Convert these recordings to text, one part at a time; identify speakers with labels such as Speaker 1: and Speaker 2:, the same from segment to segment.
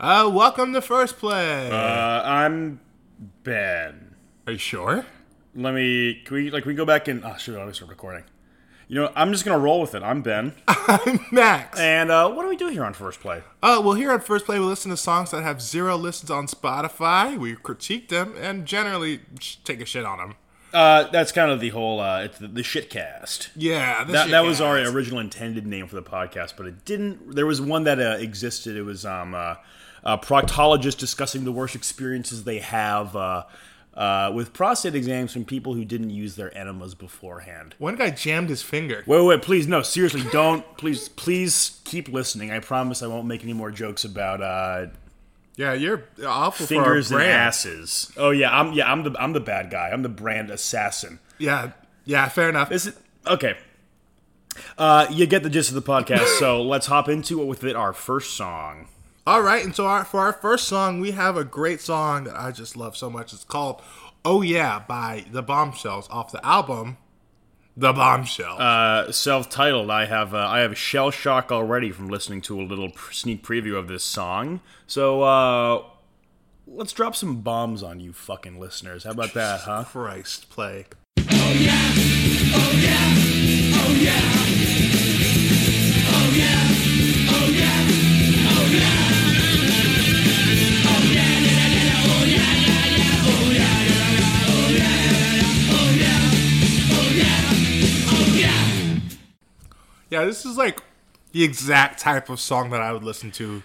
Speaker 1: Uh, welcome to First Play.
Speaker 2: Uh, I'm Ben.
Speaker 1: Are you sure?
Speaker 2: Let me. Can we like? Can we go back and? Oh shoot! I always start recording. You know, I'm just gonna roll with it. I'm Ben.
Speaker 1: Max.
Speaker 2: and uh, what do we do here on First Play?
Speaker 1: Uh, well, here at First Play, we listen to songs that have zero listens on Spotify. We critique them and generally sh- take a shit on them.
Speaker 2: Uh, that's kind of the whole. Uh, it's the, the shitcast.
Speaker 1: Yeah, this
Speaker 2: That,
Speaker 1: shit
Speaker 2: that was our
Speaker 1: counts.
Speaker 2: original intended name for the podcast, but it didn't. There was one that uh, existed. It was um, uh, a proctologist discussing the worst experiences they have uh, uh, with prostate exams from people who didn't use their enemas beforehand.
Speaker 1: One guy jammed his finger.
Speaker 2: Wait, wait, please, no, seriously, don't, please, please keep listening. I promise I won't make any more jokes about uh,
Speaker 1: Yeah, you're awful
Speaker 2: fingers
Speaker 1: for our
Speaker 2: and
Speaker 1: brand.
Speaker 2: asses. Oh yeah, I'm yeah, I'm the I'm the bad guy. I'm the brand assassin.
Speaker 1: Yeah, yeah, fair enough.
Speaker 2: This is okay. Uh, you get the gist of the podcast, so let's hop into it with it. Our first song.
Speaker 1: All right, and so our, for our first song, we have a great song that I just love so much. It's called "Oh Yeah" by the Bombshells off the album The Bombshell.
Speaker 2: Uh, self-titled. I have uh, I have shell shock already from listening to a little pr- sneak preview of this song. So uh, let's drop some bombs on you, fucking listeners. How about that, huh?
Speaker 1: Christ, play. Yeah, this is like the exact type of song that I would listen to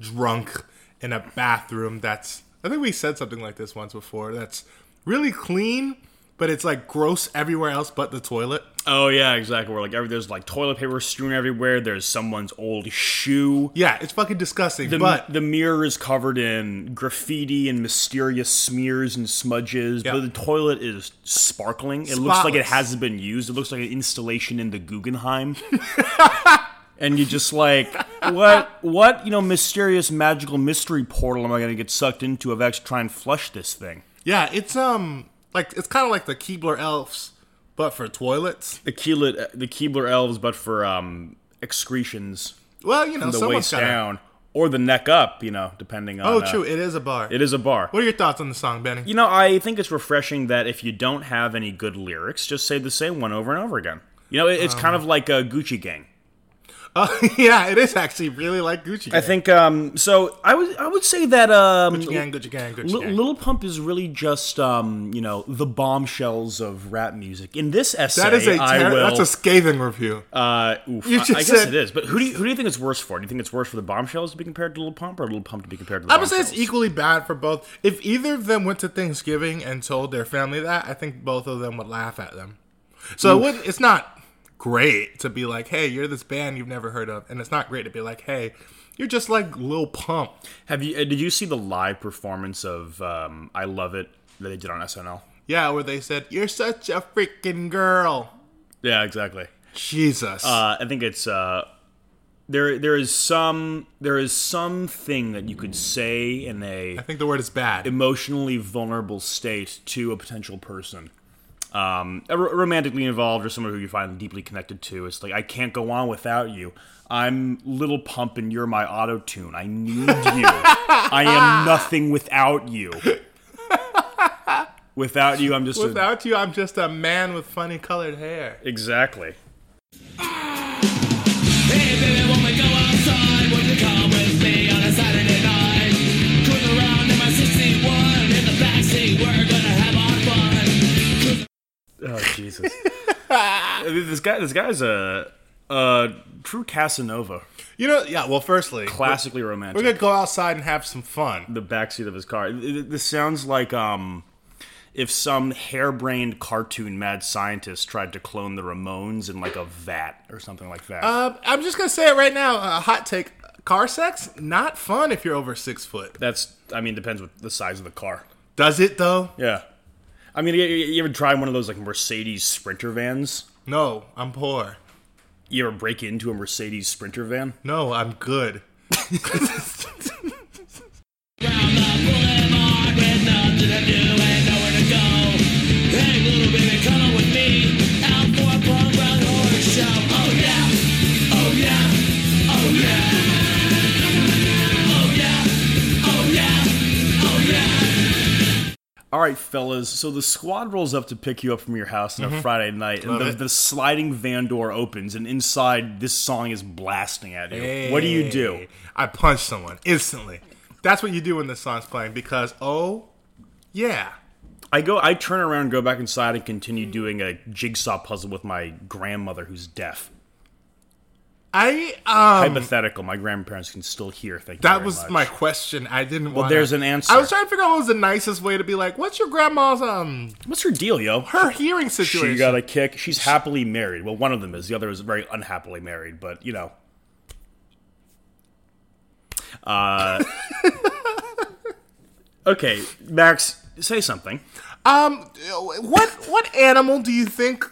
Speaker 1: drunk in a bathroom that's I think we said something like this once before that's really clean but it's like gross everywhere else but the toilet.
Speaker 2: Oh yeah, exactly. Where like every there's like toilet paper strewn everywhere. There's someone's old shoe.
Speaker 1: Yeah, it's fucking disgusting,
Speaker 2: The,
Speaker 1: but
Speaker 2: the mirror is covered in graffiti and mysterious smears and smudges. But the toilet is sparkling. It looks like it
Speaker 1: Spotless.
Speaker 2: hasn't been used. It looks like an installation in the Guggenheim. and you're just like, what? What you know? Mysterious magical mystery portal am I going to get sucked into? I've actually try and flush this thing.
Speaker 1: yeah, it's um like it's kind of like the Keebler elves but for toilets.
Speaker 2: The Keeler, the Keebler elves, but for um excretions.
Speaker 1: Well, you know,
Speaker 2: the
Speaker 1: someone's
Speaker 2: waist
Speaker 1: got to
Speaker 2: down or the neck up, you know, depending on.
Speaker 1: Oh,
Speaker 2: uh,
Speaker 1: true, it is a bar.
Speaker 2: It is a bar.
Speaker 1: what are your thoughts on the song, Benny?
Speaker 2: You know, I think it's refreshing that if you don't have any good lyrics, just say the same one over and over again. You know, it, it's kind
Speaker 1: Um.
Speaker 2: of like a Gucci Gang.
Speaker 1: Uh, yeah, it is actually really like Gucci.
Speaker 2: I think um, so. I would I would say that um,
Speaker 1: Gang, Gucci Gang, Gucci
Speaker 2: Li-
Speaker 1: Gang.
Speaker 2: Little Pump is really just um, you know the bombshells of rap music. In this essay,
Speaker 1: That is a
Speaker 2: I
Speaker 1: ter-
Speaker 2: will.
Speaker 1: that's a scathing review.
Speaker 2: uh, oof,
Speaker 1: You
Speaker 2: I,
Speaker 1: just
Speaker 2: I guess
Speaker 1: said-
Speaker 2: it is. But who do you, who do you think it's worse for? Do you think it's worse for the bombshells to be compared to Little Pump, or Little Pump to be compared to? the
Speaker 1: I would say it's
Speaker 2: Bombshells?
Speaker 1: equally bad for both. If either of them went to Thanksgiving and told their family that, I think both of them would laugh at them. So it wouldn't, it's not great to be like, "Hey, you're this band you've never heard of," and it's not great to be like, "Hey, you're just like Lil Pump."
Speaker 2: Have you? uh, Did you see the live performance of um, "I Love It" that they did on SNL?
Speaker 1: Yeah, where they said, "You're such a freaking girl."
Speaker 2: Yeah, exactly.
Speaker 1: Jesus.
Speaker 2: Uh, I think it's uh, there. There is some. There is something that you could say in a
Speaker 1: I think the word is bad.
Speaker 2: emotionally vulnerable state to a potential person, um, a ro- romantically involved or someone who you find deeply connected to. It's like I can't go on without you. I'm little pump and you're my auto tune. I need you. I am nothing without you. Without you, I'm just a-
Speaker 1: Without you, I'm just a man with funny colored hair.
Speaker 2: exactly.
Speaker 3: Hey baby, won't we go outside? Would you come with me on a Saturday night? Cruise around in my 61 in the backseat. We're gonna have our fun.
Speaker 2: Oh Jesus! this guy, this guy's a, a true Casanova,
Speaker 1: You know, yeah. Well, firstly,
Speaker 2: classically
Speaker 1: we're
Speaker 2: romantic.
Speaker 1: gonna go outside and have some fun.
Speaker 2: the backseat of his car. Th- th- This sounds like um, if some harebrained cartoon mad scientist tried to clone the Ramones in like a vat or something like that.
Speaker 1: Um, I'm just gonna say it right now. Uh, hot take: car sex not fun if you're over six foot.
Speaker 2: That's, I mean, depends with the size of the car.
Speaker 1: Does it though?
Speaker 2: Yeah, I mean, you, you you ever try one of those like Mercedes Sprinter vans?
Speaker 1: No, I'm poor.
Speaker 2: You ever break into a Mercedes Sprinter van?
Speaker 1: No, I'm good.
Speaker 3: Round the boulevard with nothing to do and nowhere to go. Hey little baby, come on with me out for a punk rock horse show. Oh yeah, oh yeah, oh yeah, oh yeah,
Speaker 2: All right, fellas. So the squad rolls up to pick you up from your house on a Friday night, and
Speaker 1: Love
Speaker 2: the,
Speaker 1: it.
Speaker 2: the sliding van door opens, and inside this song is blasting at you. What do you do?
Speaker 1: Hey, I punch someone instantly. That's what you do when the song's playing because oh yeah.
Speaker 2: I go. I turn around, go back inside, and continue doing a jigsaw puzzle with my grandmother, who's deaf.
Speaker 1: I um
Speaker 2: Hypothetical. My grandparents can still hear. Thank you
Speaker 1: that
Speaker 2: very
Speaker 1: was
Speaker 2: much.
Speaker 1: my question. I didn't Well,
Speaker 2: there's an answer.
Speaker 1: I was trying to figure out what was the nicest way to be like, what's your grandma's um
Speaker 2: What's her deal, yo?
Speaker 1: her hearing situation?
Speaker 2: She got a kick. She's happily married. Well, one of them is. The other is very unhappily married. But you know, uh, okay, Max, say something.
Speaker 1: um what what animal do you think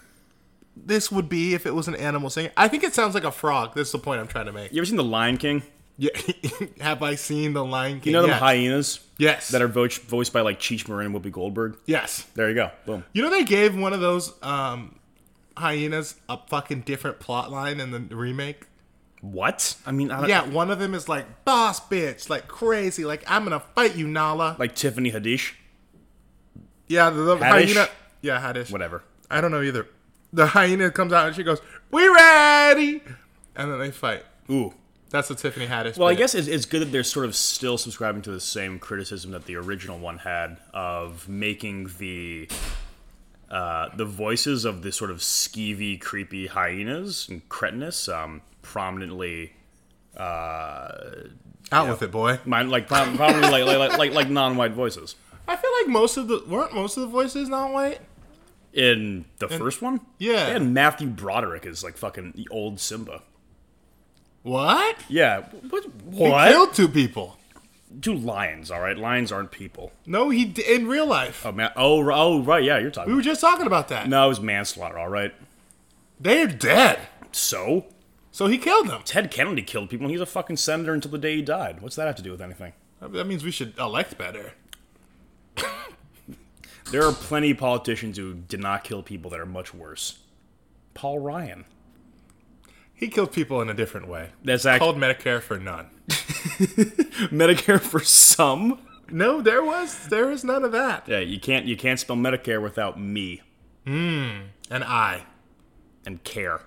Speaker 1: this would be if it was an animal singing? I think it sounds like a frog. That's the point I'm trying to make.
Speaker 2: You ever seen The Lion King?
Speaker 1: Yeah. Have I seen the Lion King?
Speaker 2: You know them
Speaker 1: yes.
Speaker 2: hyenas
Speaker 1: Yes.
Speaker 2: that are vo- voiced by like Cheech Marin and Whoopi Goldberg.
Speaker 1: yes.
Speaker 2: There you go. Boom.
Speaker 1: You know they gave one of those um, hyenas a fucking different plot line in the remake.
Speaker 2: What? I mean, I don't,
Speaker 1: Yeah, one of them is like boss bitch, like crazy, like I'm gonna fight you, Nala.
Speaker 2: like Tiffany Haddish.
Speaker 1: yeah, the, the
Speaker 2: Haddish?
Speaker 1: hyena. Yeah, Haddish.
Speaker 2: Whatever.
Speaker 1: I don't know either. The hyena comes out and she goes, "We ready," and then they fight.
Speaker 2: Ooh.
Speaker 1: That's the Tiffany Haddish.
Speaker 2: Well, I
Speaker 1: bit.
Speaker 2: guess it's, it's good that they're sort of still subscribing to the same criticism that the original one had of making the uh, the voices of the sort of skeevy, creepy hyenas and cretinous um, prominently,
Speaker 1: out with it, boy.
Speaker 2: mine- like prom- prominently like, like, like, like, like non-white voices.
Speaker 1: I feel like most of the weren't most of the voices not white.
Speaker 2: In the first one,
Speaker 1: yeah.
Speaker 2: they had Matthew Broderick as like fucking old Simba.
Speaker 1: What?
Speaker 2: Yeah, what?
Speaker 1: He
Speaker 2: what?
Speaker 1: killed two people.
Speaker 2: Two lions, all right. Lions aren't people.
Speaker 1: No, he d- in real life.
Speaker 2: Oh, ma- oh, ri- oh, right. Yeah, you're
Speaker 1: We
Speaker 2: talking.
Speaker 1: were just talking about that.
Speaker 2: no, it was manslaughter. All right.
Speaker 1: They're dead.
Speaker 2: So
Speaker 1: So he killed them.
Speaker 2: Ted Kennedy killed people, and he's a fucking senator until the day he died. What's that have to do with anything?
Speaker 1: That means we should elect better.
Speaker 2: There are plenty of politicians who did not kill people that are much worse. Paul Ryan.
Speaker 1: He killed people in a different way.
Speaker 2: That's actually
Speaker 1: Called Medicare for none.
Speaker 2: Medicare for some.
Speaker 1: No, there was there is none of that.
Speaker 2: Yeah, you can't you can't spell Medicare without me
Speaker 1: And I
Speaker 2: and care.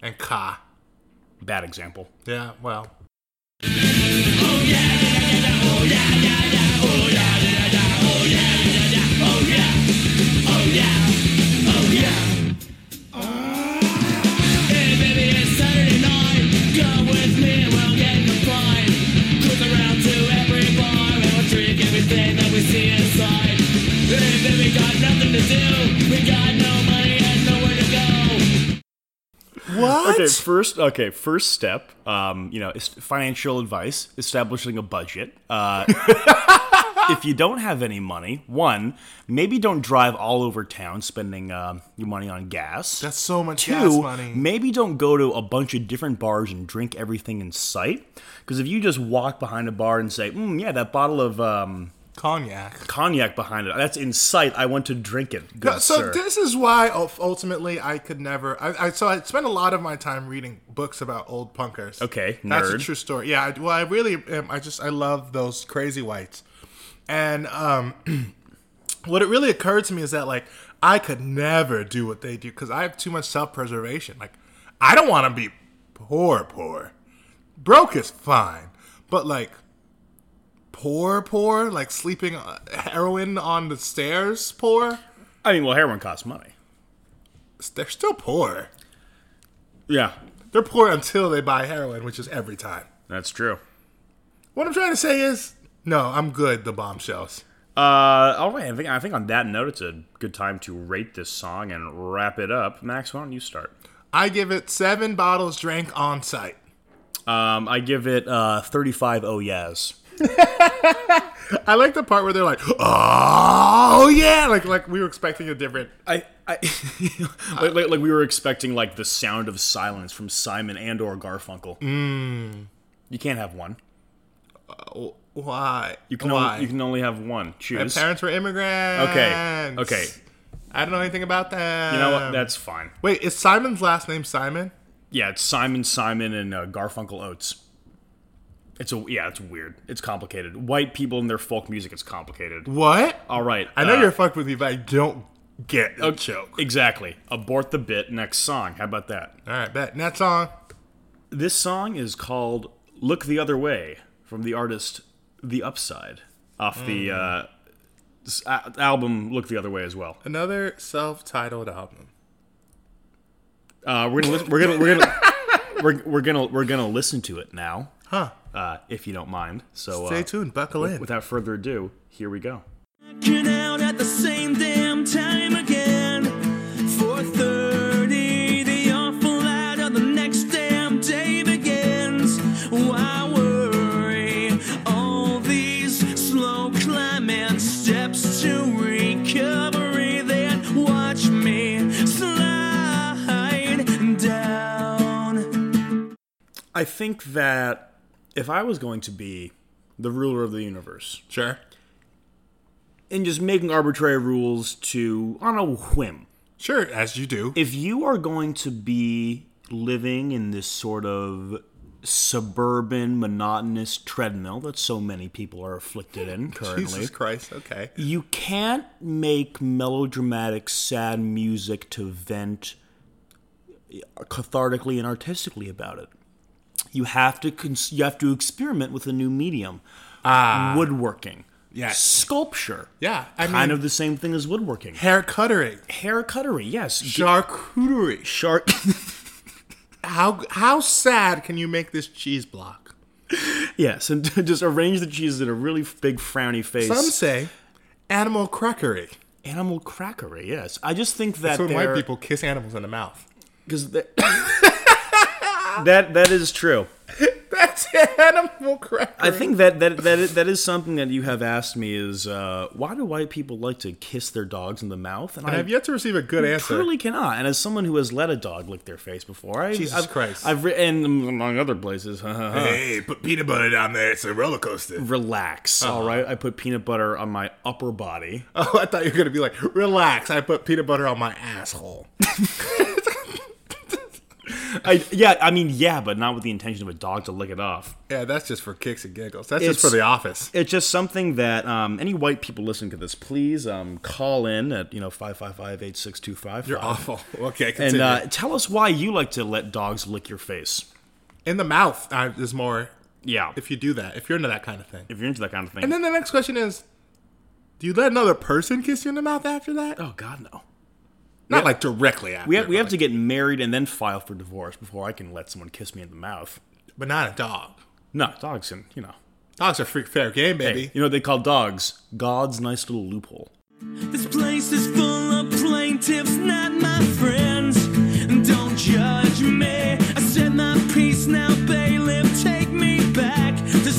Speaker 1: and Ka.
Speaker 2: Bad example.
Speaker 1: Yeah, well.
Speaker 3: Hey, baby, it's Saturday night. Come with me and we'll get in the fight. Cruise around to every bar and we'll drink everything that we see inside. Hey, baby, got nothing to do. We got no money and nowhere to go.
Speaker 1: What?
Speaker 2: Okay, first okay, first step, um, you know, is financial advice, establishing a budget. Uh, if you don't have any money, one, maybe don't drive all over town spending um your money on gas.
Speaker 1: That's so much
Speaker 2: Two,
Speaker 1: gas money.
Speaker 2: maybe don't go to a bunch of different bars and drink everything in sight. Because if you just walk behind a bar and say, mm, yeah, that bottle of um,
Speaker 1: Cognac.
Speaker 2: cognac behind it, that's in sight. I want to drink it. Good
Speaker 1: No, so
Speaker 2: sir.
Speaker 1: this is why ul- ultimately I could never. I, I so I spent a lot of my time reading books about old punkers.
Speaker 2: Okay,
Speaker 1: that's a
Speaker 2: nerd.
Speaker 1: true story. Yeah, I, well, I really, am, I just, I love those crazy whites, and um, what it really occurred to me is that like I could never do what they do because I have too much self preservation. Like I don't want to be poor, poor. Broke is fine, but like poor, poor, like sleeping uh, heroin on the stairs, poor.
Speaker 2: I mean, well, heroin costs money.
Speaker 1: They're still poor.
Speaker 2: Yeah,
Speaker 1: They're poor until they buy heroin, which is every time.
Speaker 2: that's true.
Speaker 1: What I'm trying to say is, no, I'm good. The bombshells.
Speaker 2: Uh, all right. I think I think on that note, it's a good time to rate this song and wrap it up. Max, why don't you start?
Speaker 1: I give it seven bottles drank on site.
Speaker 2: Um, I give it uh, thirty-five. Oh yes.
Speaker 1: I like the part where they're like, "Oh yeah," like like we were expecting a different.
Speaker 2: I, I like, like, like we were expecting like the sound of silence from Simon and or Garfunkel. Mm. You can't have one.
Speaker 1: Why?
Speaker 2: You can
Speaker 1: Why?
Speaker 2: Only, you can only have one. Choose.
Speaker 1: My parents were immigrants.
Speaker 2: Okay. Okay.
Speaker 1: I don't know anything about that.
Speaker 2: You know what? That's fine.
Speaker 1: Wait, is Simon's last name Simon?
Speaker 2: Yeah, it's Simon, Simon, and uh, Garfunkel Oates. It's a yeah, it's weird. It's complicated. White people and their folk music is complicated.
Speaker 1: What?
Speaker 2: All right,
Speaker 1: I know
Speaker 2: uh,
Speaker 1: you're fucked with me, but I don't get a joke.
Speaker 2: exactly. Abort the bit. Next song. How about that?
Speaker 1: All right, bet. And that song.
Speaker 2: This song is called "Look the Other Way" from the artist The Upside off the
Speaker 1: Mm.
Speaker 2: uh, s- a- album "Look the Other Way" as well.
Speaker 1: Another self-titled album.
Speaker 2: Uh, we're gonna lis- we're gonna we're gonna we're, we're gonna we're gonna listen to it now,
Speaker 1: Huh.
Speaker 2: uh, if you don't mind. So
Speaker 1: Stay
Speaker 2: uh,
Speaker 1: tuned. Buckle in.
Speaker 2: without further ado, here we go.
Speaker 3: Working out at the same damn time again. 4:30, the awful light of the next damn day begins. Why worry? All these slow climbing steps to recovery. Then watch me slide down.
Speaker 2: I think that if I was going to be the ruler of the universe
Speaker 1: Sure.
Speaker 2: and just making arbitrary rules to on a whim,
Speaker 1: Sure, as you do.
Speaker 2: if you are going to be living in this sort of suburban monotonous treadmill that so many people are afflicted in currently
Speaker 1: Jesus Christ. Okay.
Speaker 2: you can't make melodramatic sad music to vent cathartically and artistically about it you have to cons- you have to experiment with a new medium woodworking
Speaker 1: Ah. Yes.
Speaker 2: sculpture
Speaker 1: Yeah. I
Speaker 2: kind
Speaker 1: mean,
Speaker 2: of the same thing as woodworking
Speaker 1: hair cutting,
Speaker 2: hair cuttery yes G-
Speaker 1: charcuterie.
Speaker 2: shark
Speaker 1: How how sad can you make this cheese block?
Speaker 2: yes and just arrange the cheeses in a really big frowny face
Speaker 1: Some say animal crackery.
Speaker 2: animal crackery yes i just think
Speaker 1: That's
Speaker 2: that
Speaker 1: when white
Speaker 2: they're-
Speaker 1: people kiss animals in the mouth.
Speaker 2: because that that that is true.
Speaker 1: That's animal crackery.
Speaker 2: I think that that that is, that is something that you have asked me is uh, why do white people like to kiss their dogs in the mouth? And,
Speaker 1: I have yet to receive a good answer.
Speaker 2: truly cannot. And as someone who has let a dog lick their face before, I,
Speaker 1: Jesus
Speaker 2: I've,
Speaker 1: Christ.
Speaker 2: I've re- and among other places,
Speaker 1: Hey, put peanut butter down there. It's a roller coaster.
Speaker 2: relax. all right, I put peanut butter on my upper body.
Speaker 1: Oh, I thought you were gonna be like, relax. I put peanut butter on my asshole.
Speaker 2: I, yeah, I mean, yeah, but not with the intention of a dog to lick it off.
Speaker 1: yeah, that's just for kicks and giggles. That's
Speaker 2: It's-
Speaker 1: just for the office.
Speaker 2: it's just something that um, any white people listening to this, please um, call in at you know five five five eight six two five.
Speaker 1: You're awful. Okay, continue.
Speaker 2: Uh, And uh, tell us why you like to let dogs lick your face.
Speaker 1: in the mouth uh, is more
Speaker 2: Yeah, if,
Speaker 1: if you do that. If you're into that kind of thing.
Speaker 2: if you're into that kind of thing.
Speaker 1: And then the next question is, do you let another person kiss you in the mouth after that?
Speaker 2: oh God, no.
Speaker 1: Not like directly after.
Speaker 2: We have, we have
Speaker 1: but
Speaker 2: to get married and then file for divorce before I can let someone kiss me in the mouth.
Speaker 1: like- but not a dog.
Speaker 2: No, dogs can you know.
Speaker 1: Dogs are freak fair game,
Speaker 2: Hey,
Speaker 1: baby.
Speaker 2: you know what they call dogs God's nice little loophole.
Speaker 3: This place is full of plaintiffs, not my friends. Don't judge me. I said my piece now, bailiff. Take me back to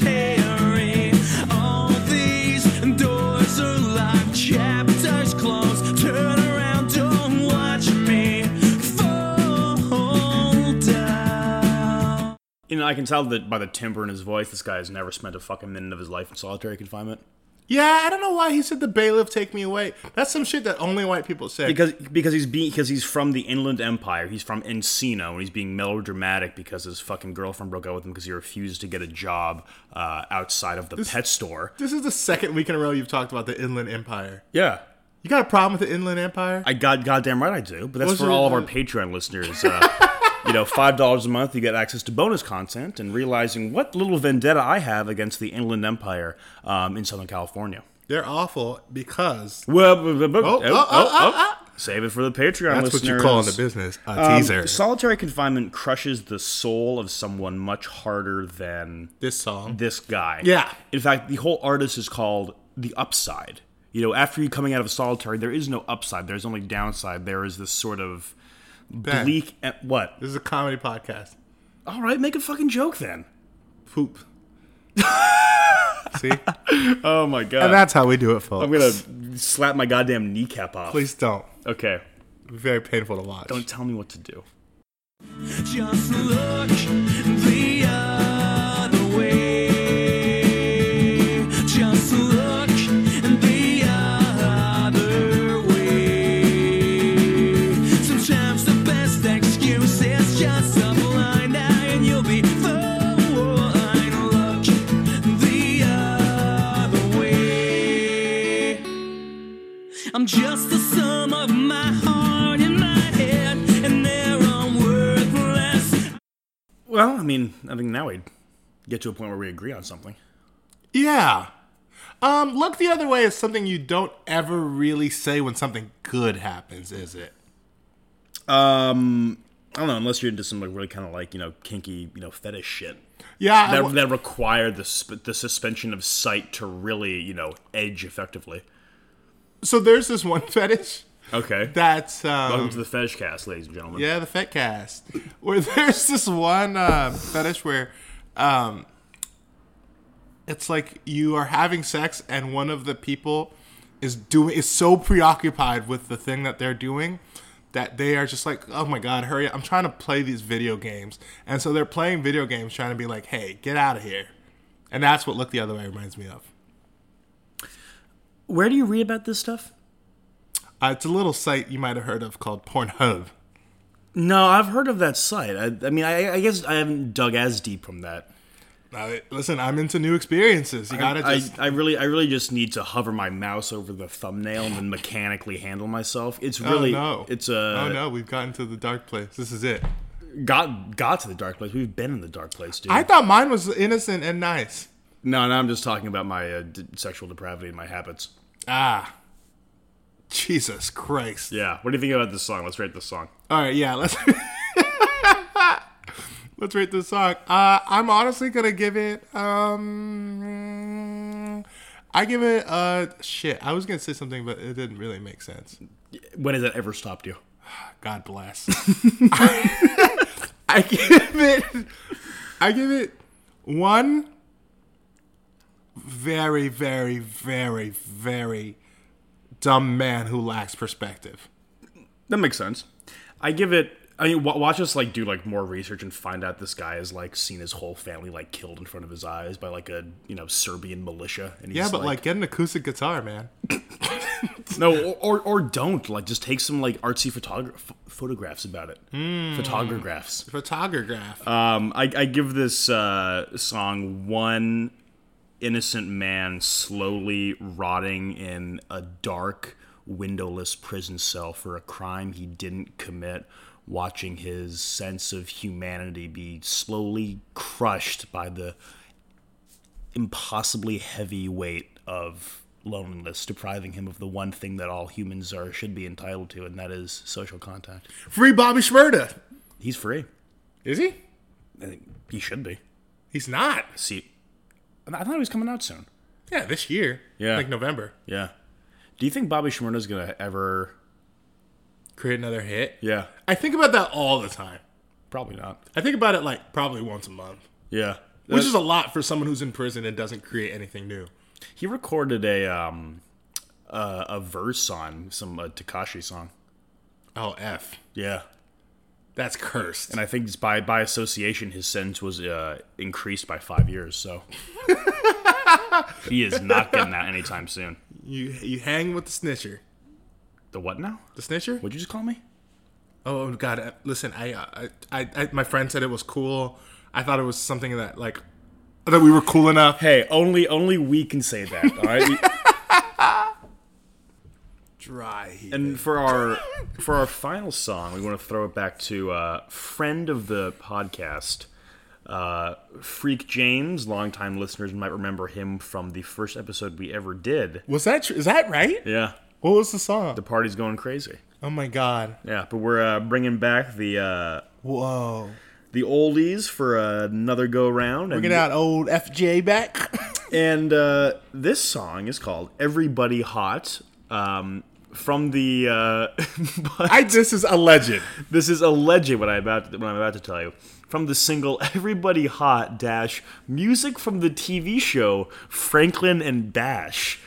Speaker 3: solitary. All these doors are locked, chapters closed. Turn around, don't watch me fall down.
Speaker 2: You know, I can tell that by the timbre in his voice, this guy has never spent a fucking minute of his life in solitary confinement.
Speaker 1: Yeah, I don't know why he said the bailiff take me away. That's some shit that only white people say.
Speaker 2: because because he's being because he's from the Inland Empire. He's from Encino, and he's being melodramatic because his fucking girlfriend broke up with him because he refused to get a job uh, outside of the pet store.
Speaker 1: this is the second week in a row you've talked about the Inland Empire.
Speaker 2: Yeah,
Speaker 1: You got a problem with the Inland Empire?
Speaker 2: I god goddamn right I do. But that's
Speaker 1: Was
Speaker 2: for
Speaker 1: it
Speaker 2: all of our
Speaker 1: the-
Speaker 2: Patreon listeners. Uh, you know, five dollars a month, you get access to bonus content and realizing what little vendetta I have against the Inland Empire um, in Southern California.
Speaker 1: They're awful because
Speaker 2: Well, b- b- b-
Speaker 1: oh,
Speaker 2: oh, oh,
Speaker 1: oh,
Speaker 2: oh. save it for the Patreon
Speaker 1: that's what you
Speaker 2: listeners.
Speaker 1: call in the business a
Speaker 2: Um,
Speaker 1: teaser.
Speaker 2: Solitary confinement crushes the soul of someone much harder than
Speaker 1: this song.
Speaker 2: this guy.
Speaker 1: Yeah.
Speaker 2: In fact, the whole artist is called The Upside. You know, after you coming out of solitary, there is no upside. There's only downside. There is this sort of
Speaker 1: Ben,
Speaker 2: bleak. And, what?
Speaker 1: This is a comedy podcast.
Speaker 2: All right, make a fucking joke then.
Speaker 1: Poop. See?
Speaker 2: Oh my god.
Speaker 1: And that's how we do it, folks.
Speaker 2: I'm gonna slap my goddamn kneecap off.
Speaker 1: Please don't.
Speaker 2: Okay.
Speaker 1: It'll be very painful to watch.
Speaker 2: Don't tell me what to do.
Speaker 3: Just look the other way. Just look the other way. Sometimes the best excuse is just a blind eye, and you'll be fine. just the sum of my heart and my head, and they're all worthless.
Speaker 2: Well, I mean, I think now we get to a point where we agree on something.
Speaker 1: Yeah. Um, look the other way is something you don't ever really say when something good happens, is it?
Speaker 2: Um, I don't know, unless you're into some like really kind of like you know kinky you know fetish shit
Speaker 1: Yeah. I
Speaker 2: that
Speaker 1: w-
Speaker 2: that require the sp- the suspension of sight to really you know edge effectively.
Speaker 1: so there's this one fetish
Speaker 2: Okay.
Speaker 1: that's um,
Speaker 2: Welcome to the fetish cast, ladies and gentlemen.
Speaker 1: Yeah, the Fet Cast. Where there's this one uh, fetish where um, it's like you are having sex and one of the people is doing is so preoccupied with the thing that they're doing that they are just like, oh my god, hurry! up. I'm trying to play these video games, and so they're playing video games, trying to be like, hey, get out of here, and that's what look the other way reminds me of.
Speaker 2: Where do you read about this stuff?
Speaker 1: Uh, it's a little site you might have heard of called Pornhub.
Speaker 2: No, I've heard of that site. I, I mean, I, I guess I haven't dug as deep from that.
Speaker 1: Now, listen, I'm into new experiences. You gotta
Speaker 2: I,
Speaker 1: just
Speaker 2: I really, I really just need to hover my mouse over the thumbnail and then mechanically handle myself. It's really,
Speaker 1: oh no!
Speaker 2: it's uh, a
Speaker 1: oh no! We've gotten to the dark place. This is it.
Speaker 2: got got to the dark place. We've been in the dark place, dude.
Speaker 1: I thought mine was innocent and nice.
Speaker 2: no, no, I'm just talking about my uh, d- sexual depravity and my habits.
Speaker 1: Ah, Jesus Christ!
Speaker 2: Yeah. What do you think about this song? Let's rate this song.
Speaker 1: All right, yeah, let's let's rate this song. Uh, I'm honestly gonna give it. Um, I give it. Uh, shit. I was gonna say something, but it didn't really make sense.
Speaker 2: When has that ever stopped you?
Speaker 1: God bless. I give it. I give it one very, very, very, very dumb man who lacks perspective.
Speaker 2: That makes sense. I give it. I mean, wa watch us like do like more research and find out this guy has like seen his whole family like killed in front of his eyes by like a you know Serbian militia. And he's
Speaker 1: Yeah, but like, get an acoustic guitar, man.
Speaker 2: no, or, or or don't like just take some like artsy photog- ph- photographs about it. Hmm. Photographs.
Speaker 1: Photograph.
Speaker 2: Um, I, I give this uh, song one innocent man slowly rotting in a dark, windowless prison cell for a crime he didn't commit, watching his sense of humanity be slowly crushed by the impossibly heavy weight of loneliness, depriving him of the one thing that all humans are should be entitled to, and that is social contact.
Speaker 1: Free Bobby Schmurda.
Speaker 2: He's free.
Speaker 1: Is he?
Speaker 2: I think he should be.
Speaker 1: He's not.
Speaker 2: See, I thought he was coming out soon.
Speaker 1: Yeah, this year.
Speaker 2: Yeah.
Speaker 1: like November.
Speaker 2: Yeah. Do you think Bobby Shmurda's gonna ever?
Speaker 1: Create another hit.
Speaker 2: Yeah,
Speaker 1: I think about that all the time.
Speaker 2: probably not.
Speaker 1: I think about it like probably once a month,
Speaker 2: Yeah,
Speaker 1: which is a lot for someone who's in prison and doesn't create anything new.
Speaker 2: he recorded a um uh, a verse on some uh, Takashi song.
Speaker 1: Oh, F.
Speaker 2: Yeah,
Speaker 1: That's cursed.
Speaker 2: and I think it's by by association, his sentence was uh, increased by five years. So he is not getting that anytime soon.
Speaker 1: You you hang with the snitcher.
Speaker 2: The what now?
Speaker 1: The snitcher?
Speaker 2: What'd you just call me?
Speaker 1: Oh God! uh, Listen, I, uh, I, I, I, my friend said it was cool. I thought it was something that like that we were cool enough.
Speaker 2: Hey, only only we can say that. All right.
Speaker 1: Dry. heat.
Speaker 2: And for our for our final song, we want to throw it back to uh, friend of the podcast, uh, Freak James. Longtime listeners might remember him from the first episode we ever did.
Speaker 1: was that tr- is that right?
Speaker 2: Yeah,
Speaker 1: What was the song?
Speaker 2: the party's going crazy.
Speaker 1: Oh my God!
Speaker 2: Yeah, but we're uh, bringing back the uh,
Speaker 1: Whoa!
Speaker 2: the oldies for uh, another go round.
Speaker 1: Get out, old FJ back.
Speaker 2: And uh, this song is called "Everybody Hot." Um, from the uh,
Speaker 1: I this is a legend.
Speaker 2: This is alleged what I about what I'm about to tell you. From the single "Everybody Hot" dash music from the TV show Franklin and Bash.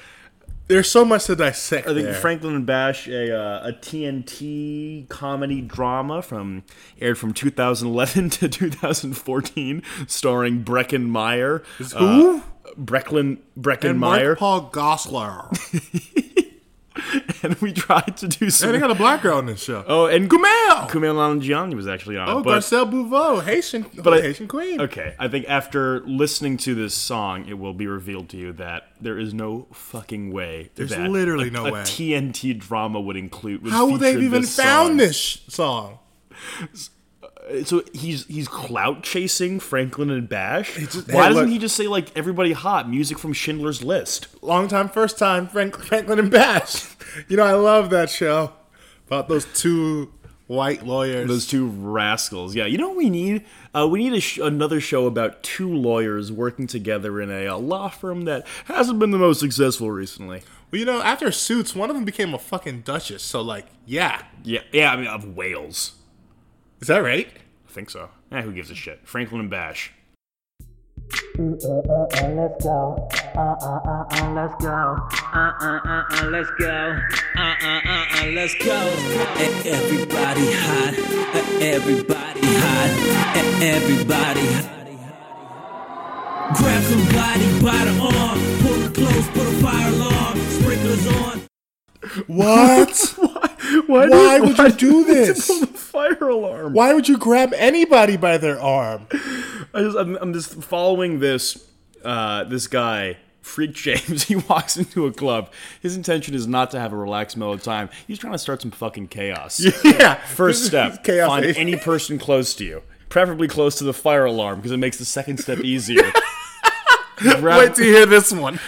Speaker 1: There's so much to dissect.
Speaker 2: I think
Speaker 1: there.
Speaker 2: Franklin and Bash, a, uh, a TNT comedy drama from aired from 2011 to 2014, starring Brecken Meyer.
Speaker 1: who?
Speaker 2: uh, Brecklin Brecken
Speaker 1: Mark
Speaker 2: Meyer.
Speaker 1: Paul Gosselaar.
Speaker 2: and we tried to do some.
Speaker 1: Hey, they got a black girl in this show.
Speaker 2: oh, and
Speaker 1: Kumail!
Speaker 2: Kumail Nanjiani was actually on it.
Speaker 1: oh,
Speaker 2: but,
Speaker 1: Garcelle Bouveau, Haitian,
Speaker 2: but I-
Speaker 1: Haitian queen.
Speaker 2: Okay, I think after listening to this song, it will be revealed to you that there is no fucking way.
Speaker 1: There's
Speaker 2: that
Speaker 1: literally
Speaker 2: a,
Speaker 1: no
Speaker 2: a
Speaker 1: way.
Speaker 2: TNT drama would include. would
Speaker 1: How would they
Speaker 2: feature
Speaker 1: even
Speaker 2: this
Speaker 1: found
Speaker 2: song. Uh,
Speaker 1: this sh- song?
Speaker 2: So he's he's clout chasing Franklin and Bash.
Speaker 1: just-
Speaker 2: Why
Speaker 1: hey,
Speaker 2: doesn't
Speaker 1: look-
Speaker 2: he just say like everybody hot music from Schindler's List?
Speaker 1: Long time, first time, Frank, Franklin and Bash. You know, I love that show about those two white lawyers.
Speaker 2: Those two rascals. Yeah, you know what we need? Uh, we need a sh- another show about two lawyers working together in a, uh law firm that hasn't been the most successful recently.
Speaker 1: well, you know, after Suits, one of them became a fucking duchess. So, like, yeah.
Speaker 2: Yeah, yeah. I mean, of Wales.
Speaker 1: Is that right?
Speaker 2: I think so. Eh, who gives a shit? Franklin and Bash.
Speaker 3: Uh, let's go. Uh, uh, uh, uh, let's go. Uh, uh, uh, uh, let's go. Uh, uh, uh, uh, let's go. E- Everybody hot. E- Everybody hot. E- Everybody hot. Grab somebody by the arm. Pull them close. Put a fire alarm. Sprinklers on.
Speaker 1: What?
Speaker 2: Why,
Speaker 1: Why would you do this?
Speaker 2: Pull the fire alarm.
Speaker 1: Why would you grab anybody by their arm?
Speaker 2: I just, I'm, I'm just following this uh, this guy, Freak James. He walks into a club. His intention is not to have a relaxed, mellow time. He's trying to start some fucking chaos.
Speaker 1: Yeah.
Speaker 2: First step:
Speaker 1: Chaos
Speaker 2: find
Speaker 1: agent.
Speaker 2: any person close to you, preferably close to the fire alarm, because it makes the second step easier. Grab-
Speaker 1: Wait to hear this one.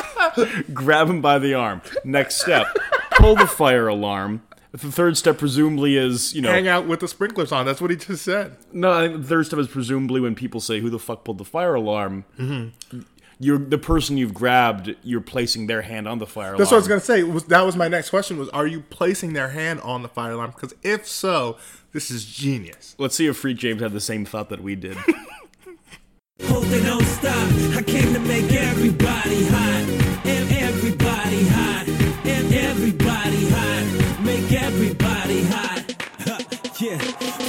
Speaker 2: grab him by the arm. Next step, pull the fire alarm. The third step presumably is, you know,
Speaker 1: Hang out with the sprinklers on. That's what he just said.
Speaker 2: no. I think the third step is presumably when people say, "Who the fuck pulled the fire alarm?"
Speaker 1: Mm-hmm.
Speaker 2: You're the person you've grabbed. You're placing their hand on the fire
Speaker 1: That's what I
Speaker 2: alarm.
Speaker 1: was gonna say. Was, that was my next question: Was are you placing their hand on the fire alarm? Because if so, this is genius.
Speaker 2: Let's see if Free James had the same thought that we did.
Speaker 3: Hope they don't stop. I came to make everybody hot. And everybody hot. And everybody hot. Make everybody hot. Huh, Yeah,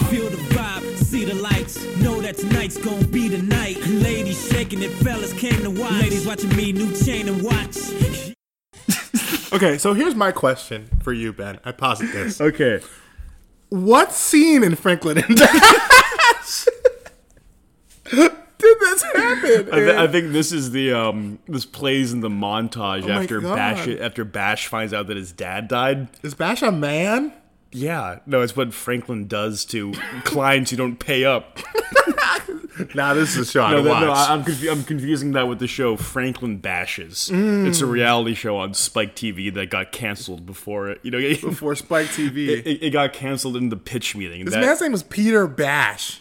Speaker 3: feel the vibe, see the lights. Know that tonight's gonna be the night. Ladies shaking it, fellas came to watch. Ladies watching me, new chain and watch.
Speaker 1: Okay, so here's my question for you, Ben. I posit this:
Speaker 2: okay.
Speaker 1: What scene in Franklin and Dash did this happen?
Speaker 2: I, th-
Speaker 1: in?
Speaker 2: I think this is the um this plays in the montage
Speaker 1: my
Speaker 2: after Bash
Speaker 1: God.
Speaker 2: after Bash finds out that his dad died.
Speaker 1: is Bash a man?
Speaker 2: Yeah, no, it's what Franklin does to clients who don't pay up.
Speaker 1: Nah, this is a show I
Speaker 2: No, that-
Speaker 1: watch.
Speaker 2: no, I- I'm, confu- I'm confusing that with the show Franklin Bashes. It's a reality show on Spike TV that got canceled before it. You know, it,
Speaker 1: Before Spike TV,
Speaker 2: it, it got canceled in the pitch meeting.
Speaker 1: This
Speaker 2: That-
Speaker 1: man's name is Peter Bash.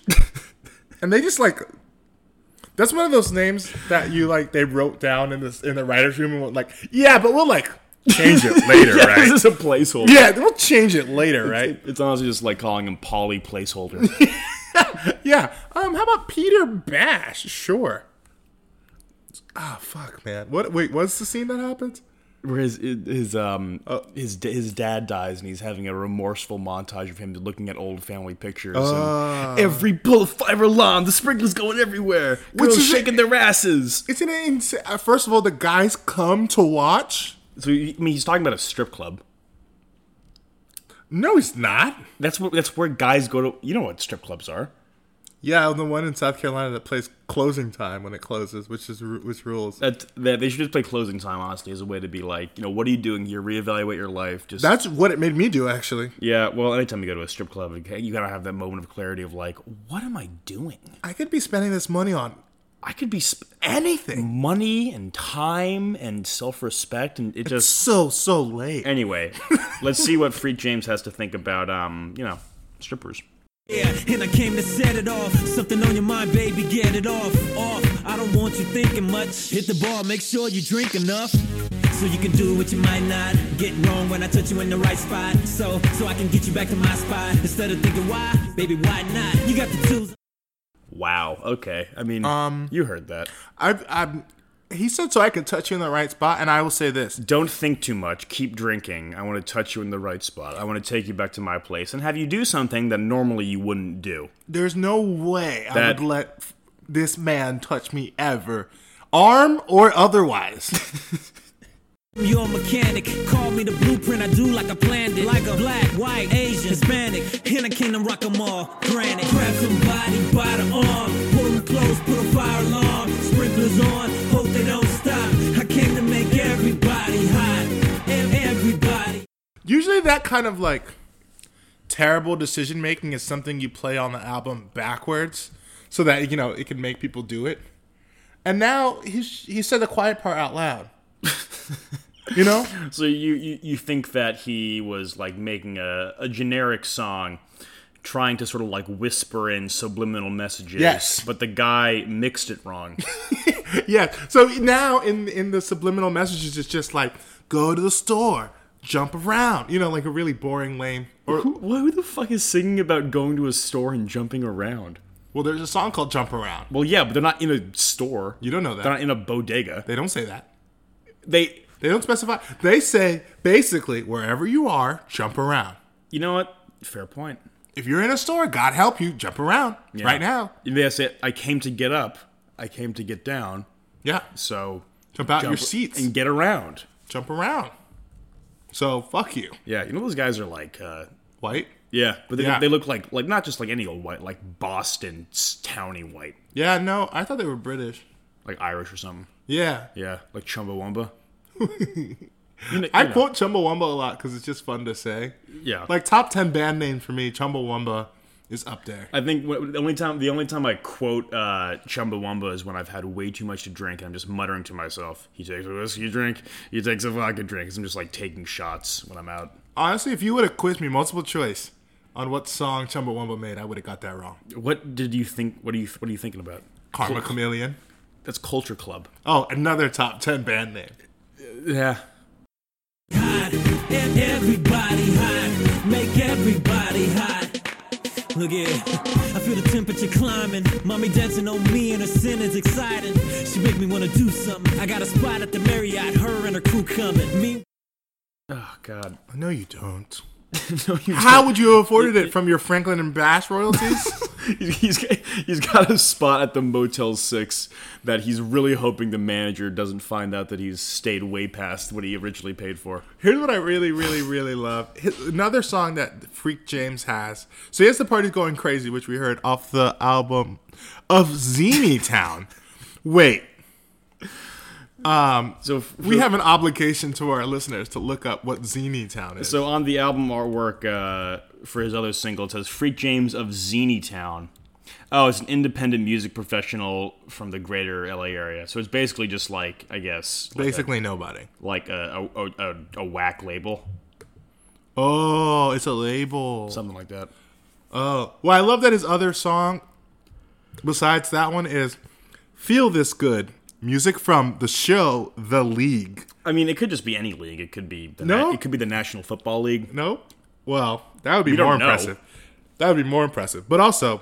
Speaker 1: and they just like that's one of those names that you like they wrote down in this in the writer's room and were like, yeah, but we'll like change it later,
Speaker 2: Yeah,
Speaker 1: right?
Speaker 2: This is a placeholder.
Speaker 1: yeah, we'll change it later, right?
Speaker 2: It's honestly just like calling him Polly placeholder.
Speaker 1: Yeah. Um, how about Peter Bash? Sure. Ah, fuck, man. What? Wait, what's the scene that happens?
Speaker 2: Where his his um his da- his dad dies and he's having a remorseful montage of him looking at old family pictures. and every bullet fire alarm, the sprinklers going everywhere, girls
Speaker 1: is-
Speaker 2: shaking their asses.
Speaker 1: Isn't it insane? First of all, the guys come to watch.
Speaker 2: So I mean, he's talking about a strip club.
Speaker 1: No, he's not.
Speaker 2: That's what. That's where guys go to. You know what strip clubs are?
Speaker 1: Yeah, the one in South Carolina that plays closing time when it closes, which is ru- which rules.
Speaker 2: That, that they should just play closing time. Honestly, as a way to be like, you know, what are you doing here? Reevaluate your life. Just
Speaker 1: That's what it made me do, actually.
Speaker 2: yeah. Well, anytime you go to a strip club, you gotta have that moment of clarity of like, what am I doing?
Speaker 1: I could be spending this money on
Speaker 2: I could be sp-
Speaker 1: anything.
Speaker 2: money and time and self respect, and it just
Speaker 1: So, so late.
Speaker 2: anyway. let's see what Freak James has to think about. Um, you know, strippers.
Speaker 3: Yeah, and I came to set it off. Something on your mind, baby, get it off. Off, I don't want you thinking much. Hit the bar, make sure you drink enough. So you can do what you might not. Get wrong when I touch you in the right spot. So, so I can get you back to my spot. Instead of thinking why, baby, why not? You got the tools.
Speaker 2: Wow. Okay. I mean, you heard that.
Speaker 1: I, I'm. He said so I could touch you in the right spot, and I will say this.
Speaker 2: Don't think too much. Keep drinking. I want to touch you in the right spot. I want to take you back to my place and have you do something that normally you wouldn't do.
Speaker 1: There's no way I
Speaker 2: That-
Speaker 1: would let f- this man touch me ever, arm or otherwise.
Speaker 4: I'm your mechanic. Call me the blueprint. I do like I planned it. Like a black, white, Asian, Hispanic. In a kingdom, rock 'em all. Granted. Grab somebody by the arm. Pull 'em close, put a fire alarm. Sprinklers on, hope they don't stop. I came to make everybody hot. And everybody.
Speaker 1: Usually, that kind of like terrible decision making is something you play on the album backwards, so that you know it can make people do it. And now he he said the quiet part out loud. you know,
Speaker 2: So you, you, you think that he was like making a, a generic song, trying to sort of like whisper in subliminal messages.
Speaker 1: Yes.
Speaker 2: But the guy mixed it wrong.
Speaker 1: yeah. So now in in the subliminal messages, it's just like go to the store, jump around. You know, like a really boring, lame. Or
Speaker 2: who, who the fuck is singing about going to a store and jumping around?
Speaker 1: well, there's a song called "Jump Around."
Speaker 2: Well, yeah, but they're not in a store.
Speaker 1: You don't know that.
Speaker 2: They're not in a bodega.
Speaker 1: They don't say that.
Speaker 2: They,
Speaker 1: They don't specify. They say basically wherever you are, jump around.
Speaker 2: you know what? Fair point.
Speaker 1: If you're in a store, God help you, jump around
Speaker 2: Yeah.
Speaker 1: right now.
Speaker 2: They say, I came to get up. I came to get down.
Speaker 1: Yeah,
Speaker 2: So
Speaker 1: jump out
Speaker 2: jump
Speaker 1: your seats
Speaker 2: and get around.
Speaker 1: jump around. So fuck you,
Speaker 2: Yeah, you know those guys are like, uh,
Speaker 1: white.
Speaker 2: yeah, but they,
Speaker 1: Yeah.
Speaker 2: they look like like not just like any old white, like Boston s- towny white,
Speaker 1: Yeah, no, I thought they were British.
Speaker 2: like Irish or something.
Speaker 1: Yeah,
Speaker 2: Yeah, like Chumbawamba. You kn-
Speaker 1: I
Speaker 2: you know.
Speaker 1: quote Chumbawamba a lot because it's just fun to say.
Speaker 2: Yeah,
Speaker 1: Like top ten band name for me, Chumbawamba is up there.
Speaker 2: I think wh- the only time the only time I quote uh, Chumbawamba is when I've had way too much to drink and I'm just muttering to myself. He takes a whiskey drink, he takes a vodka drink. 'cause I'm just like taking shots when I'm out.
Speaker 1: Honestly, if you would have quizzed me multiple choice on what song Chumbawamba made, I would have got that wrong.
Speaker 2: What did you think? What are you What are you thinking about?
Speaker 1: Karma Chameleon.
Speaker 2: That's Culture Club.
Speaker 1: Oh, another top ten band name.
Speaker 2: Yeah,
Speaker 4: hot. And everybody hot. Make everybody hot. Look at I feel the temperature climbing. Mommy dancing on me and her sin is exciting. She make me wanna do something. I got a spot at the Marriott, her and her crew coming. Me
Speaker 2: Oh God!
Speaker 1: No, you don't.
Speaker 2: No, you
Speaker 1: How would you have afforded it from your Franklin and Bass royalties?
Speaker 2: he's he's got a spot at the Motel Six that he's really hoping the manager doesn't find out that he's stayed way past what he originally paid for.
Speaker 1: Here's what I really, really, really love. His- Another song that Freak James has. So he has the party's going crazy, which we heard off the album of Zini Town. Wait,
Speaker 2: So f-
Speaker 1: we have an obligation to our listeners to look up what Zini Town is.
Speaker 2: so on the album artwork uh, for his other single, it says Freak James of Zini Town. Oh, it's an independent music professional from the greater LA area. So it's basically just like I guess like
Speaker 1: basically nobody.
Speaker 2: a, like a, a, a, a whack label,
Speaker 1: Oh, it's a label.
Speaker 2: something like that.
Speaker 1: Oh, well, I love that his other song, besides that one, is "Feel This Good." Music from the show The League.
Speaker 2: I mean, it could just be any league. It could be the
Speaker 1: No.
Speaker 2: na- it could be the National Football League.
Speaker 1: Nope. Well, that would be
Speaker 2: We don't
Speaker 1: more
Speaker 2: know.
Speaker 1: impressive. That would be more impressive. But also,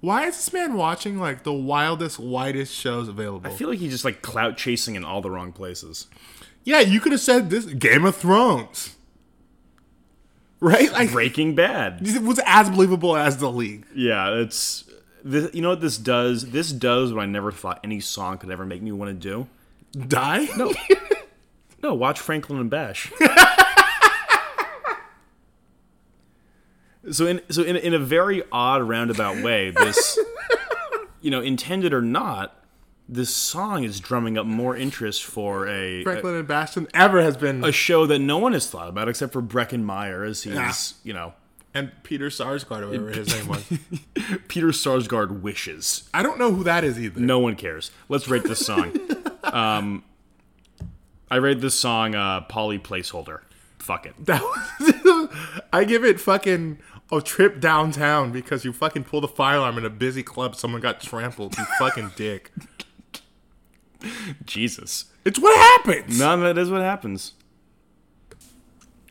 Speaker 1: why is this man watching like the wildest, whitest shows available?
Speaker 2: I feel like he's just like clout chasing in all the wrong places.
Speaker 1: yeah, you could have said this Game of Thrones. Right? Like
Speaker 2: Breaking Bad.
Speaker 1: it was as believable as the league.
Speaker 2: Yeah, it's this, you know what this does. This does what I never thought any song could ever make me want to do.
Speaker 1: Die? No.
Speaker 2: No, watch Franklin and Bash. so in so in in a very odd roundabout way, this you know intended or not, this song is drumming up more interest for a. a
Speaker 1: Franklin and Bastion ever has been
Speaker 2: a show that no one has thought about except for Breckin Meyer, as he's,
Speaker 1: Yeah.
Speaker 2: you know,
Speaker 1: and Peter Sarsgaard or whatever his name was.
Speaker 2: Peter Sarsgaard wishes.
Speaker 1: I don't know who that is either.
Speaker 2: No one cares. Let's rate this song. um, I rate this song uh, Polly Placeholder. Fuck it.
Speaker 1: That was, I give it fucking a trip downtown because you fucking pulled a fire alarm in a busy club. Someone got trampled. You fucking dick.
Speaker 2: Jesus.
Speaker 1: It's what happens.
Speaker 2: No, that is what happens.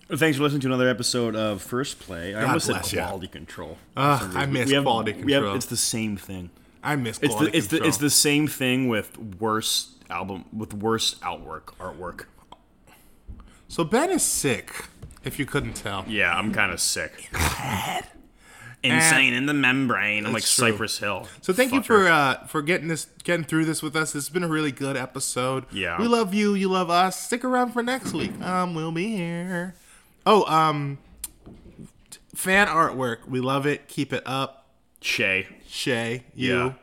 Speaker 2: Thanks for listening to another episode of First Play. I almost said
Speaker 1: bless ya.
Speaker 2: quality control.
Speaker 1: Ugh, I miss quality
Speaker 2: We
Speaker 1: control.
Speaker 2: have, it's the same thing.
Speaker 1: I miss
Speaker 2: It's
Speaker 1: quality
Speaker 2: the it's the
Speaker 1: control.
Speaker 2: it's the same thing with worse album with worse outwork artwork.
Speaker 1: so Ben is sick. If you couldn't tell,
Speaker 2: Yeah, I'm kind of sick. Insane in the membrane. I'm like
Speaker 1: That's true.
Speaker 2: Cypress Hill.
Speaker 1: So thank you
Speaker 2: Fucker.
Speaker 1: for uh, for getting this getting through this with us. It's been a really good episode.
Speaker 2: Yeah.
Speaker 1: we love you. You love us. Stick around for next week. Um, we'll be here. Oh, um, fan artwork. We love it. Keep it up,
Speaker 2: Shay.
Speaker 1: Shay. You.
Speaker 2: Yeah.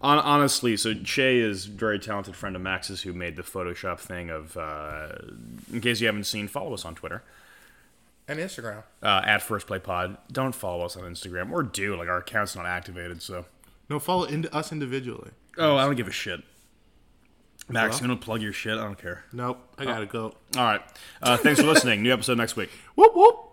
Speaker 2: On, honestly, so Shay is a very talented friend of Max's who made the Photoshop thing of. Uh, in case you haven't seen, follow us on Twitter
Speaker 1: And Instagram.
Speaker 2: uh, at First Play Pod. Don't follow us on Instagram or do like our account's not activated. So.
Speaker 1: No, follow in- us individually.
Speaker 2: Oh, I don't give a shit. Max, you gonna plug your shit? I don't care.
Speaker 1: Nope. I gotta go.
Speaker 2: All right. Uh, thanks for listening. New episode next week.
Speaker 1: Whoop whoop.